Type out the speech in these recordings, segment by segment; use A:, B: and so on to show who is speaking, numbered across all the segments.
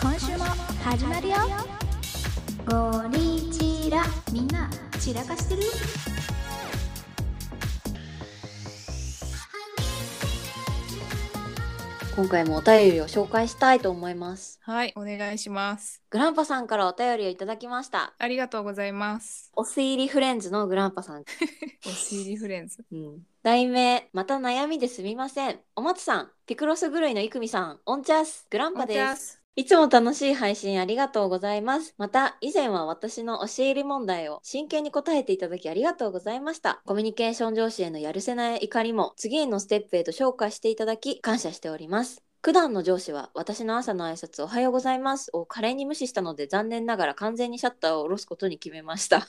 A: 今週も始まるよ
B: ゴリチラ
A: みんな散らかしてる
C: 今回もお便りを紹介したいと思います
D: はい、お願いします。
C: グランパさんからお便りをいただきました
D: ありがとうございます。
C: お推理フレンズのグランパさん、
D: おしりフレンズ。
C: うん、題名また悩みですみませんお松さんピクロス狂いのいくみさんオンチャスグランパです
D: す。
C: いつも楽しい配信ありがとうございます。また、以前は私の教え入り問題を真剣に答えていただきありがとうございました。コミュニケーション上司へのやるせない怒りも次へのステップへと昇華していただき感謝しております。普段の上司は私の朝の挨拶おはようございますを華麗に無視したので残念ながら完全にシャッターを下ろすことに決めました。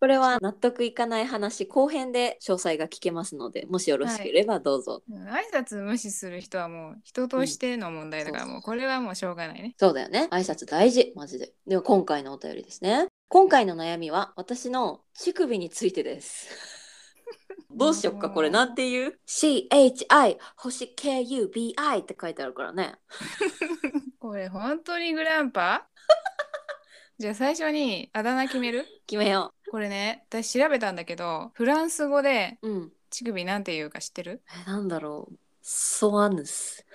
C: これは納得いかない話後編で詳細が聞けますので、もしよろしければどうぞ。
D: うん挨拶無視する人はもう人としての問題だから、
C: うん
D: もうこれはもうしょうがないね。
C: そうだよね。挨拶大事、マジで。では今回のお便りですね。今回の悩みは私の乳首について です。どうしよっか、これなんて言う ?CHI 星 KUBI って書いてあるからね。
D: これ本当にグランパ じゃあ最初にあだ名決める
C: 決めよ
D: これね、私調べたんだけど、フランス語で
C: う。うん。
D: 乳首なんて言うか知ってる
C: え、なんだろう。ソアヌス。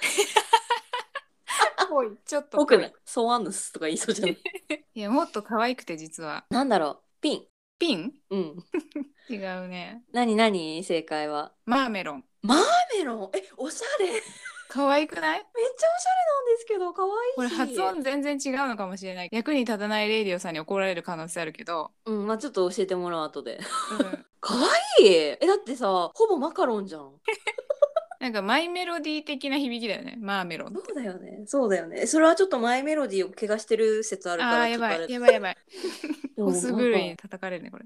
D: ちょっと
C: 僕ね。ソアヌスとか言いそうじゃない。
D: いや、もっと可愛くて実は。
C: なんだろう。ピン。
D: ピン
C: うん。
D: 違うね。
C: なになに正解は。
D: マーメロン。
C: カメロン。え、おしゃれ。めっちゃおしゃれなんで
D: 可愛くない
C: すけど、可
D: これ
C: 愛いし。
D: 発音全然違うのかもしれない役に立たないレイディオさんに怒られる可能性あるけど、
C: うん、まあちょっと教えてもらう後で。
D: うん
C: 可愛いえだってさほぼマカロンじゃん
D: なんかマイメロディー的な響きだよねマーメロン
C: そうだよねそうだよねそれはちょっとマイメロディーを怪我してる説あるから
D: あーやば
C: ちょ
D: い
C: っとあれ
D: やばいやばい
C: でも
D: ホスグルイ
C: なん
D: に
C: か
D: 叩かれるねこれ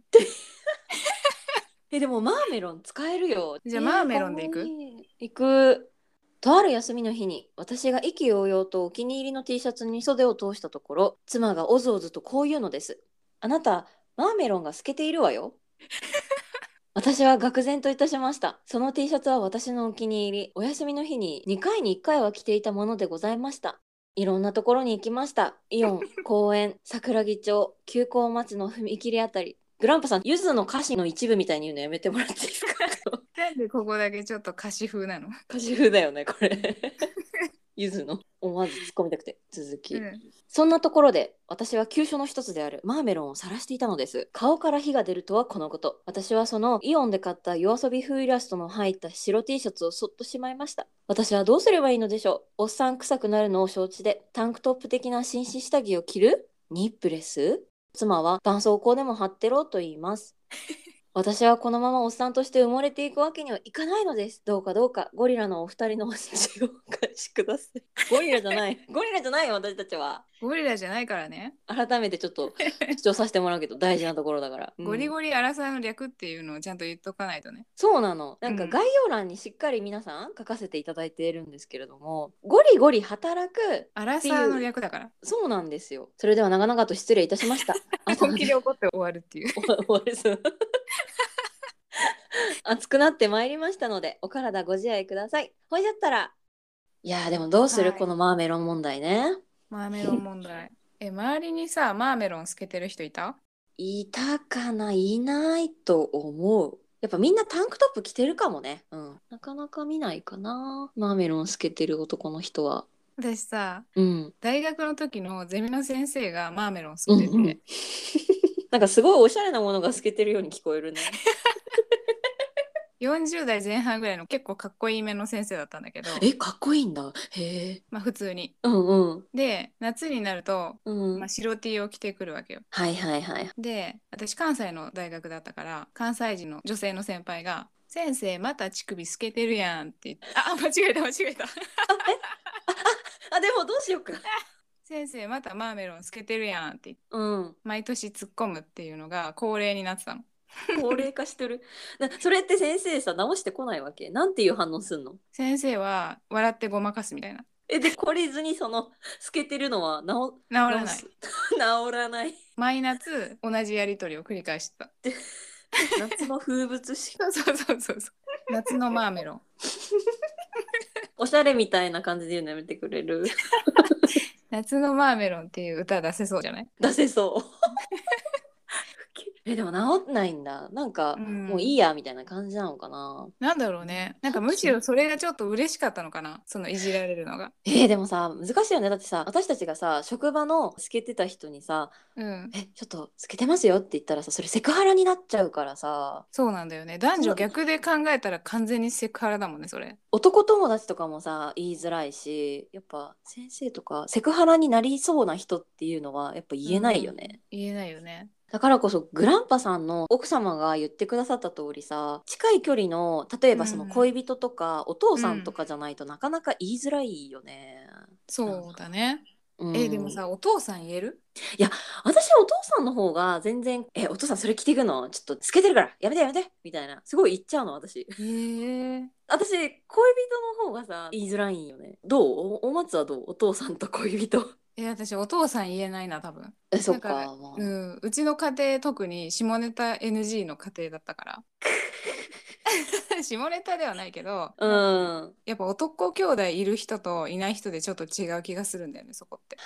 C: えでもマーメロン使えるよ
D: じゃあ
C: えー
D: マーメロンでいく
C: 可愛いいくとある休みの日に私が意気揚々とお気に入りの T シャツに袖を通したところ妻がおずおずとこう言うのですあなたマーメロンが透けている わよ私は愕然といたしましたその T シャツは私のお気に入りお休みの日に2回に1回は着ていたものでございましたいろんなところに行きましたイオン公園桜木町急行待ちの踏切あたりグランパさんゆずの歌詞の一部みたいに言うのやめてもらっていいですか
D: なんでここだけちょっと歌詞風なの、
C: 歌詞風だよねこれ ゆずの思わず突っ込みたくて続き、
D: うん
C: そんなところで私は急所の一つであるマーメロンを晒していたのです顔から火が出るとはこのこと私はそのイオンで買った夜遊び風イラストの入った白 T シャツをそっとしまいました私はどうすればいいのでしょうおっさん臭くなるのを承知でタンクトップ的な紳士下着を着るニップレス妻は絆創膏でも貼ってろと言います私はこのままおっさんとして埋もれていくわけにはいかないのですどうかどうかゴリラのお二人のお口をお返しくださいゴリラじゃないゴリラじゃないよ私たちは
D: ゴリラじゃないからね、
C: 改めてち ょっと主張させてもらうけど大事なところだから、うん
D: ゴリゴリアラサーの略っていうのをちゃんと言っとかないとね
C: そうなのなんか
D: うん
C: 概要欄にしっかり皆さん書かせていただいているんですけれども、ゴリゴリ働く
D: アラサーの略だ から
C: そうなんですよそれでは長々と失礼いたし ました
D: 本気で怒って終わる っていう
C: 終わ終わりそう暑くなってまいりましたのでお体ご自愛くださいほいじゃったらいやーでもどうする、
D: はい
C: このマーメロン問題ね
D: マーメロン問題え周りにさマーメロン透けてる人いた
C: いたかないないと思う。やっぱみんなタンクトップ着てるかもね。うん。なかなか見ないかな。マーメロン透けてる男の人は。
D: 私さ
C: うん。
D: 大学の時のゼミの先生がマーメロン
C: う
D: 透
C: ん
D: けてて、
C: うん、 なんかすごいおしゃれなものが透けてるように聞こえるね。
D: 40代前半ぐらいの結構かっこいいめの先生だったんだけど、
C: え、かっこいいんだ。へえ。
D: まあ普通に。
C: うんうん。
D: で、夏になると、
C: うん、
D: まあ、白 T を着てくるわけよ。
C: はいはいはい。
D: で、私関西の大学だったから、関西人の女性の先輩が、先生また乳首透けてるやんって言って、あ、 間違えた間違えた。
C: あ、でもどうしようか。
D: 先生またマーメロン透けてるやんって言って、
C: うん。
D: 毎年突っ込むっていうのが恒例になってたの。
C: 高齢化してる。 なそれって先生さ、直してこないわけ。なんていう反応すんの
D: 先生は笑ってごまかすみたいな。
C: え、で、懲りずにその透けてるのは直
D: 治らない。
C: 直す治らない。
D: 毎夏同じやりとりを繰り返してた。
C: 夏の風物詩
D: そうそうそうそう。夏のマーメロン。
C: おしゃれみたいな感じで言うのやめてくれる
D: 夏のマーメロンっていう歌出せそうじゃない、
C: 出せ そうえでも治んないんだなんか、
D: ん
C: もういいやみたいな感じなのかな
D: なんだろうねなんかむしろそれがちょっと嬉しかったのかなそのいじられるのが
C: えーでもさ難しいよねだってさ私たちがさ職場の透けてた人にさ
D: うん
C: 「えちょっと透けてますよ」って言ったらさそれセクハラになっちゃうからさ
D: そうなんだよね男女逆で考えたら完全にセクハラだもんねそれ
C: 男友達とかもさ言いづらいしやっぱ先生とかセクハラになりそうな人っていうのはやっぱ言えないよね。
D: 言えないよね
C: だからこそグランパさんの奥様が言ってくださった通りさ近い距離の例えばその
D: うん
C: 恋人とかお父さんとかじゃないとなかなか言いづらいよね。
D: そうだね
C: うん
D: えでもさお父さん言える
C: 私はお父さんの方が全然「えお父さんそれ着ていくのちょっと透けてるからやめてやめて」みたいなすごい言っちゃうの私
D: へえ
C: 私恋人の方がさ言いづらいんよねどうおお松はどうお父さんと恋人
D: え私お父さん言えないな多分
C: えそっか
D: なん
C: まあ
D: うん、うちの家庭特に下ネタ NG の家庭だった から下ネタではないけど
C: うん、
D: やっぱ男兄弟いる人といない人でちょっと違う気がするんだよねそこって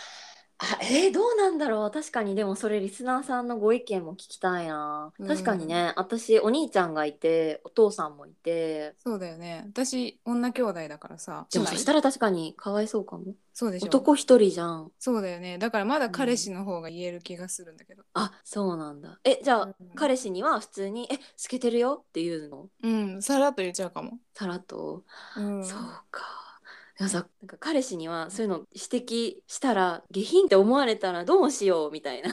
C: あえーどうなんだろう確かにでもそれリスナーさんのご意見も聞きたいな
D: うん
C: 確かにね、私お兄ちゃんがいてお父さんもいて
D: そうだよね私女兄弟だからさ
C: でも
D: 姉
C: そ
D: 妹
C: したら確かにかわいそうかも
D: そうでしょ
C: 男一人じゃん
D: そうだよねだからまだ彼氏の方が言える気がするんだけど
C: あそうなんだえじゃあ、
D: うん
C: 彼氏には普通に「え透けてるよ」っていうの
D: うんさらっと言っちゃうかも、
C: さらっと、
D: うん、
C: そうかでもさなんか彼氏にはそういうの指摘したら下品って思われたらどうしようみた いな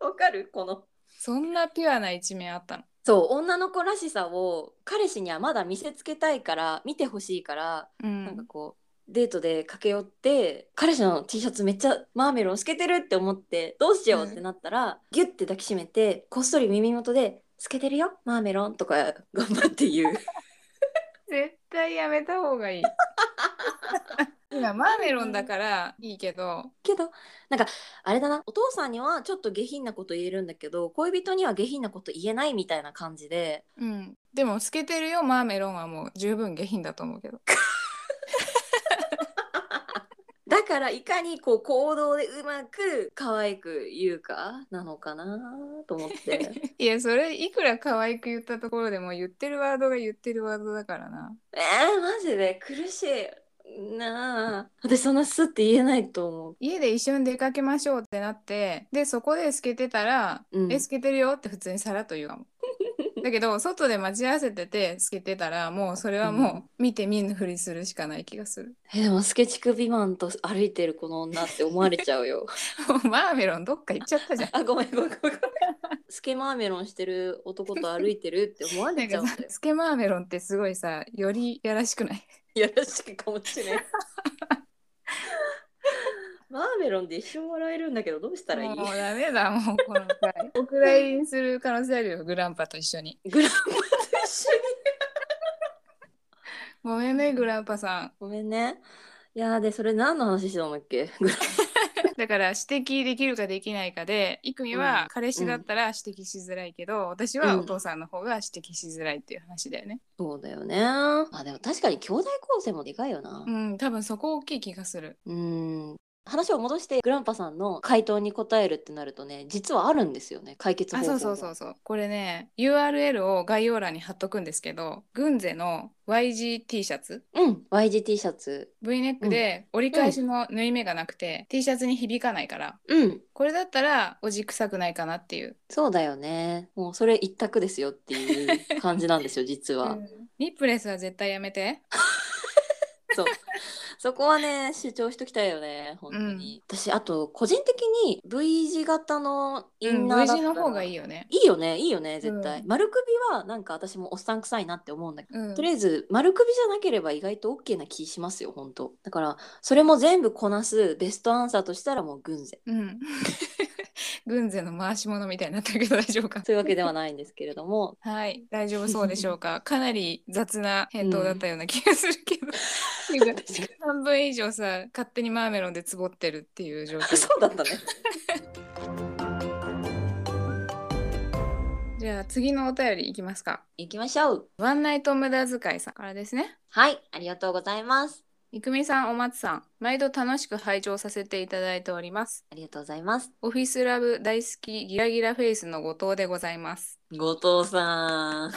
C: わかるこの
D: そんなピュアな一面あったの
C: そう女の子らしさを彼氏にはまだ見せつけたいから見てほしいから、
D: う
C: なんか
D: ん
C: こうデートで駆け寄って彼氏の T シャツめっちゃマーメロン透けてるって思ってどうしようってなったら、ギュッて抱きしめてこっそり耳元で「透けてるよマーメロン」とか 頑張って言う
D: 絶対やめた方がいい 今マーメロンだからいいけど
C: けどなんかあれだなお父さんにはちょっと下品なこと言えるんだけど恋人には下品なこと言えないみたいな感じで
D: うん、でも透けてるよマーメロンはもう十分下品だと思うけど
C: だからいかにこう行動でうまく可愛く言うかなのかなと思って
D: いやそれいくら可愛く言ったところでも言ってるワードが言ってるワードだからな
C: えー、マジで苦しいなあ私そんなスッて言えないと思う
D: 家で一緒に出かけましょうってなってでそこで透けてたら「
C: うん
D: え透けてるよ」って普通にさらっと言うか もだけど外で待ち合わせてて透けてたらもうそれは
C: う
D: もう見て見ぬふりするしかない気がする
C: えでもスケチクビマンと歩いてるこの女って思われちゃうよ
D: もうマーメロンどっか行っちゃったじゃん
C: あごめんごめんごめんスケマーメロンしてる男と歩いてるって思わ
D: な
C: れ
D: ん
C: ち
D: か
C: ゃうんだ
D: さ
C: よ
D: 透けマーメロンってすごいさよりやらしくない
C: いやらしくかもしれないマーメロンで一生笑えるんだけどどうしたらいい
D: もうダメだもうこの回 お蔵入りする可能性あるよグランパと一緒に
C: グランマと一緒に
D: ごめんねグランパさん
C: ごめんね。いやーでそれ何の話してたんだっけ
D: だから指摘できるかできないかでいくみ
C: うん
D: は彼氏だったら指摘しづらいけど、私はお父さんの方が指摘しづらいっていう話だよね
C: そうだよね。あでも確かに兄弟構成もでかいよな
D: う。ん多分そこ大きい気がする
C: うーん。話を戻してグランパさんの回答に答えるってなるとね実はあるんですよね解決方
D: あ
C: 法が
D: そうそうそうそうこれね URL を概要欄に貼っとくんですけどグンゼの YGT シャツ
C: うん YGT シャツ
D: V ネックで折り返しの縫い目がなくて、T シャツに響かないから
C: うん
D: これだったらおじ臭くないかなっていう
C: そうだよねもうそれ一択ですよっていう感じなん ですよ実は、
D: ニップレスは絶対やめて。
C: そうそこはね主張しときたいよね本当に、私あと個人的に V 字型のインナーだ
D: V
C: ったら、
D: 字の方がいいよね。
C: いいよねいいよね絶対、
D: うん
C: 丸首はなんか私もおっさん臭いなって思うんだけど、
D: うん
C: とりあえず丸首じゃなければ意外と OK な気しますよ本当だからそれも全部こなすベストアンサーとしたらもう軍勢
D: うん。 軍勢の回し物みたいになってるけど大丈夫か。
C: というわけではないんですけれど も
D: はい、大丈夫そうでしょう か。かなり雑な返答だったような気がするけど。なんか半分以上さ、勝手にマーメロンでつぼってるっていう状況。
C: そうだったね
D: じゃあ次のお便りいきますか。
C: 行きましょう
D: ワンナイト無駄遣いさんからですね。
C: はいありがとうございます
D: いいくみさん、お松さん、毎度楽しく拝聴させていただいております。
C: ありがとうございます。
D: オフィスラブ大好きギラギラフェイスの後藤でございます。
C: 後藤さん。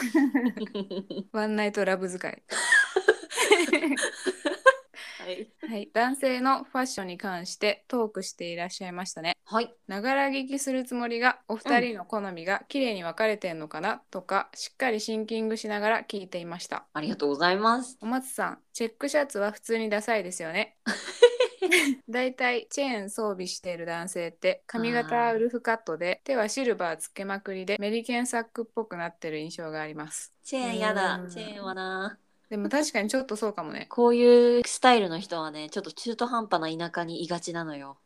D: ワンナイトラブ使い。
C: はい。
D: はい、男性のファッションに関してトークしていらっしゃいましたね。
C: はい。
D: ながら聞きするつもりがお二人の好みが綺麗に分かれてんのかなとか、しっかりシンキングしながら聞いていました。
C: ありがとうございます。
D: お松さん、チェックシャツは普通にダサいですよ ね。だいたいチェーン装備している男性って髪型はウルフカットで手はシルバーつけまくりでメリケンサックっぽくなってる印象があります。
C: チェーンやだ
D: う。ん
C: チェーンはな。
D: でも確かにちょっとそうかもね。
C: こういうスタイルの人はね、ちょっと中途半端な田舎にいがちなのよ。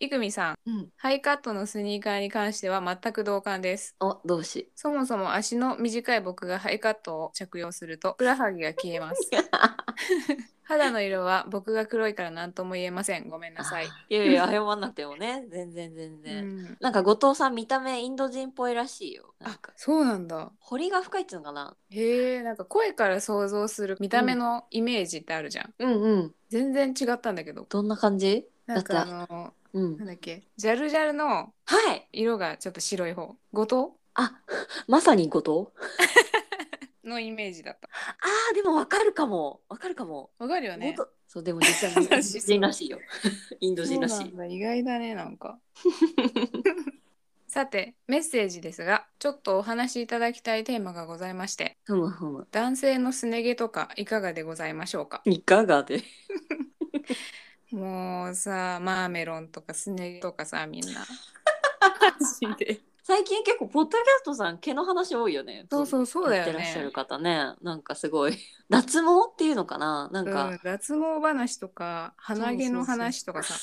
D: いくみさん、
C: うん。
D: ハイカットのスニーカーに関しては全く同感です。
C: お、同 志。
D: そもそも足の短い僕がハイカットを着用するとふくらはぎが消えます。 肌の色は僕が黒いから何とも言えません。ごめんなさい。
C: いやいや、謝んなくてもね。全然全
D: う
C: 然。
D: ん、
C: なんか後藤さん見た目インド人っぽいらしいよ。なん
D: あ
C: か
D: そうなんだ。
C: 彫りが深いっていうのかな。
D: へえんか声から想像する見た目のイメージってあるじゃん。
C: うんうん。
D: 全然違ったんだけど。
C: どんな感じ？
D: なんかあ
C: だ
D: の
C: うん
D: な。んだっけジャルジャルの
C: はい。
D: 色がちょっと白い方後
C: あ、まさに後藤。
D: 藤のイメージだった。
C: ああでもわかるかも。わかるかも。
D: わかるよね。
C: 後藤そうでも実 際インド人らしいよ。インド人らし
D: そう
C: い
D: なん。だ意外だねなんか さてメッセージですがちょっとお話しいただきたいテーマがございまして
C: ふむふむ。
D: 男性のすね毛とかいかがでございましょうか
C: いかがで。
D: もうさマーメロンとかすね毛とかさみんなマジで
C: 最近結構ポッドキャストさん毛の話多いよね。
D: そうそうそうだよね
C: やってらっしゃる方ね。なんかすごい脱毛っていうのかな。なんか、
D: うん、脱毛話とか鼻毛の話とかさ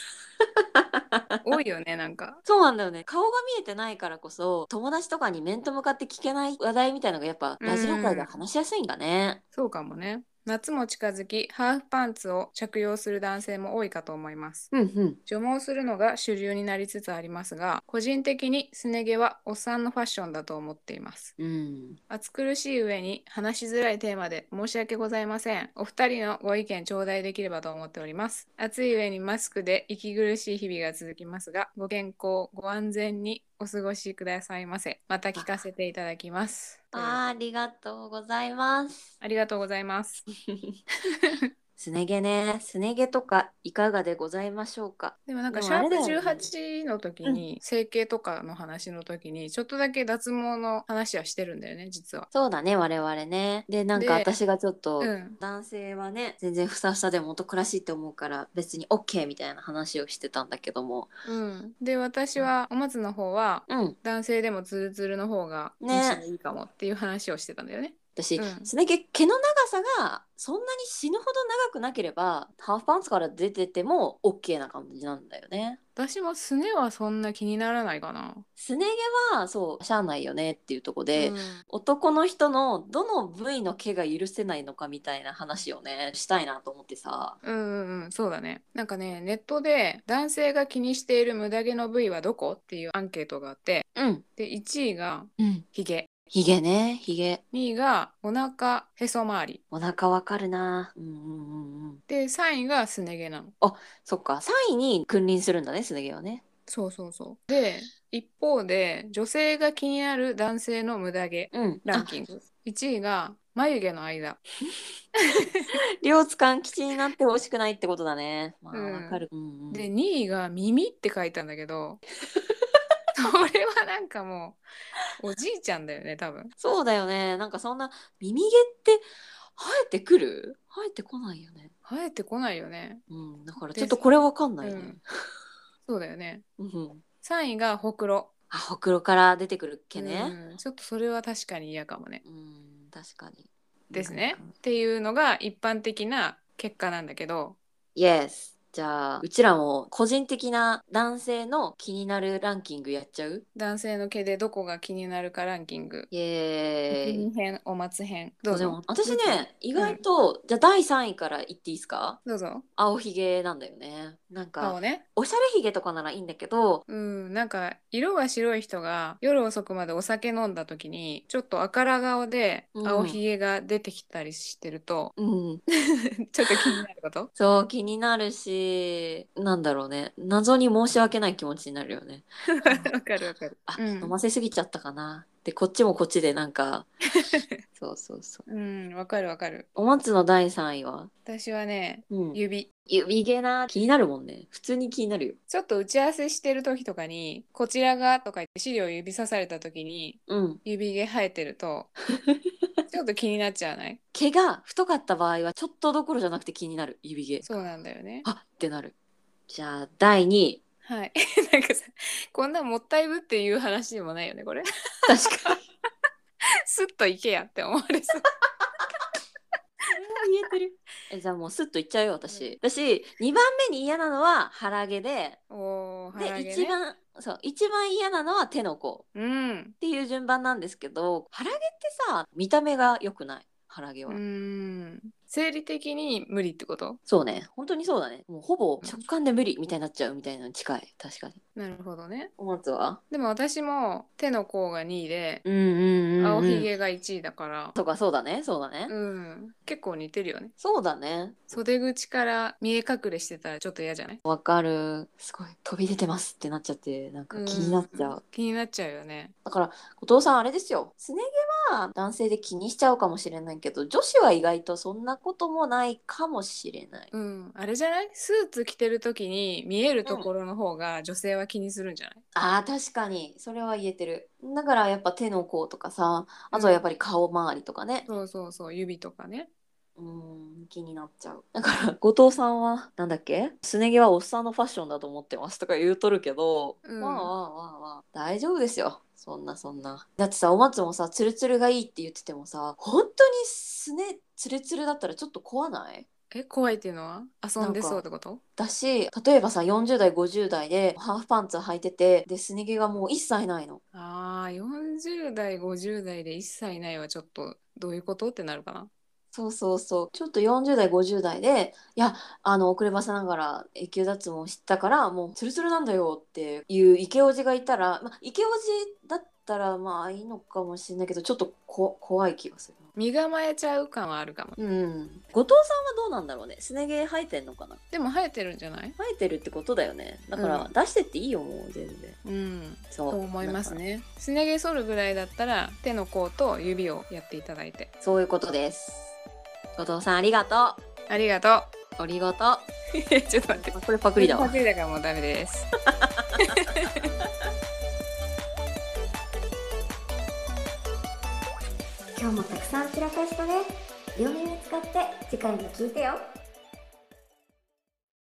D: 多いよねなんか
C: そうなんだよね顔が見えてないからこそ友達とかに面と向かって聞けない話題みたいのがやっぱラジオ界では話しやすいんだね。
D: そうかもね夏も近づきハーフパンツを着用する男性も多いかと思います
C: うんうん。
D: 除毛するのが主流になりつつありますが個人的にすね毛はおっさんのファッションだと思っています
C: うん、
D: 暑苦しい上に話しづらいテーマで申し訳ございませんお二人のご意見頂戴できればと思っております暑い上にマスクで息苦しい日々が続きますがご健康ご安全にお過ごしくださいませまた聞かせていただきます
C: あーありがとうございます。
D: ありがとうございます
C: すね毛ねすね毛とかいかがでございましょうか
D: でもなんか
C: で
D: シ
C: もあ
D: ャ
C: れ
D: ープ
C: だよね
D: 18の時に整形とかの話の時にちょっとだけ脱毛の話はしてるんだよね実は。
C: そうだね我々ね。でなん
D: で
C: か私がちょっと、
D: うん、
C: 男性はね全然ふさふさでも元暮らしいって思うから別に OK みたいな話をしてたんだけども
D: うん、で私はお松の方は
C: うん
D: 男性でもツルツルの方がむしろいいかもっていう話をしてたんだよね。
C: 私、
D: うん
C: すね毛毛の長さがそんなに死ぬほど長くなければハーフパンツから出てても OK な感じなんだよね。
D: 私もすねはそんな気にならないかな。
C: すね毛はそうしゃあないよねっていうとこで、
D: うん
C: 男の人のどの部位の毛が許せないのかみたいな話をねしたいなと思ってさ。
D: うんうんうん、そうだね。なんかね、ネットで男性が気にしている無駄毛の部位はどこっていうアンケートがあって、
C: うん、
D: で、1位が
C: うん、
D: ヒゲ、
C: ひげねひげ
D: 2位がお腹、へそ周り、
C: お腹わかるな。うんうんうんうん。
D: で3位がすね毛なの
C: そっか3位に君臨するんだねすね毛はね。
D: そうそうそうで一方で女性が気になる男性の無駄毛
C: うん、
D: ランキング1位が眉毛の間
C: 両津勘吉になってほしくないってことだね。まあ、
D: うん
C: わかる。うんうん
D: で2位が耳って書いたんだけ どそれはなんかもうおじいちゃんだよね多分
C: そうだよね。なんかそんな耳毛って生えてくる生えてこないよね。
D: 生えてこないよね
C: うん、だから
D: で
C: ちょっとこれわかんないね。
D: そうだよね
C: うん、
D: 3位がほくろ
C: あ、ほくろから出てくる毛ね。
D: うんちょっとそれは確かに嫌かもね
C: うん、確かに。
D: ですねっていうのが一般的な結果なんだけど
C: Yes。じゃあ、うちらも個人的な男性の気になるランキングやっちゃう
D: 男性の毛でどこが気になるかランキング。
C: イエーイ。
D: 二編お待つ編。どう
C: で
D: ぞ
C: も。私ね、意外と、じゃあ第3位から言っていいですか
D: どうぞ。
C: 青ひげなんだよね。なん
D: 顔
C: か、
D: ね。
C: おしゃれひげとかならいいんだけど、
D: うん、なんか色が白い人が夜遅くまでお酒飲んだ時にちょっとあから顔で
C: うん
D: 青ひげが出てきたりしてると、
C: うん、
D: ちょっと気になること
C: そう気になるし、なんだろうね、謎に申し訳ない気持ちになるよね。
D: わかるわかる。
C: あ、
D: うん
C: 飲ませすぎちゃったかな。で、こっちもこっちでなん か、そうそうそう。
D: うん、わかるわかる。
C: お松の第3位は、
D: 私はね、
C: うん、
D: 指。
C: 指毛な、気になるもんね。普通に気になるよ。
D: ちょっと打ち合わせしてる時とかに、こちらがとか言って資料指さされた時に、
C: うん。
D: 指毛生えてる と、ちょっと気になっちゃわない
C: 毛が太かった場合は、ちょっとどころじゃなくて気になる、指毛。
D: そうなんだよね。
C: あってなる。じゃあ、第2位。
D: はい。 なんかさ、こんなもったいぶっていう話でもないよね、これ。
C: 確かに。
D: すっといけやって思われそう。
C: 言えてる。え、じゃあもうスッといっちゃうよ、私。私、2番目に嫌なのは腹毛で、
D: おー、
C: で、
D: 腹毛ね
C: 一番、そう、一番嫌なのは手の甲
D: うん。
C: っていう順番なんですけど、腹毛ってさ、見た目が良くない。腹毛
D: う
C: は。
D: ん。生理的に無理ってこと
C: そうね。本当にそうだね。もうほぼ直感で無理みたいになっちゃうみたいなのに近い。確かに。
D: なるほどね。
C: お松は
D: でも私も手の甲が2位で、
C: うんうんうん、うん。
D: 青ひげが1位だから、
C: とかそうだね。そうだね。
D: うん、結構似てるよね
C: そうだね。
D: 袖口から見え隠れしてたらちょっと嫌じゃない
C: わかる。すごい。飛び出てますってなっちゃって、なんか気になっちゃう。
D: ん気になっちゃうよね
C: だから後藤さんあれですよすね毛は男性で気にしちゃうかもしれないけど女子は意外とそんなこともないかもしれない
D: うんあれじゃないスーツ着てる時に見えるところの方が女性は気にするんじゃない、
C: あー確かにそれは言えてるだからやっぱ手の甲とかさあとはやっぱり顔周りとかね
D: そうそうそう指とかね
C: うん気になっちゃうだから後藤さんはなんだっけすね毛はおっさんのファッションだと思ってますとか言うとるけど、
D: うん
C: まあまあまあまあ大丈夫ですよそんなそんなだってさお松もさツルツルがいいって言っててもさ本当にすねツルツルだったらちょっと怖ない
D: え怖いっていうのは遊んでそうってこと
C: だし例えばさ40代50代でハーフパンツ履いててでスネ毛がもう一切ないの
D: あー40代50代で一切ないはちょっとどういうことってなるかな
C: そうそうそうちょっと40代50代でいやあの遅ればせながら永久脱毛したからもうツルツルなんだよっていうイケオジがいたら、まあ、イケオジだったらまあいいのかもしれないけどちょっとこ怖い気がする
D: 身構えちゃう感はあるかも
C: うん後藤さんはどうなんだろうねスネ毛生えてんのかな
D: でも生えてるんじゃない
C: 生えてるってことだよねだか
D: う
C: ら
D: ん
C: 出してっていいよもう全然
D: うん
C: そう
D: と思います
C: だか
D: ねすね毛剃るぐらいだったら手の甲と指をやっていただいて
C: らそういうことです後藤さんありがとう
D: ありがと
C: ありがと
D: う ちょっと待って
C: う。これパクリだわ
D: パ。クリだからもうダメです
B: 今日もたくさん散らかしたね両耳使って次回も聞いてよ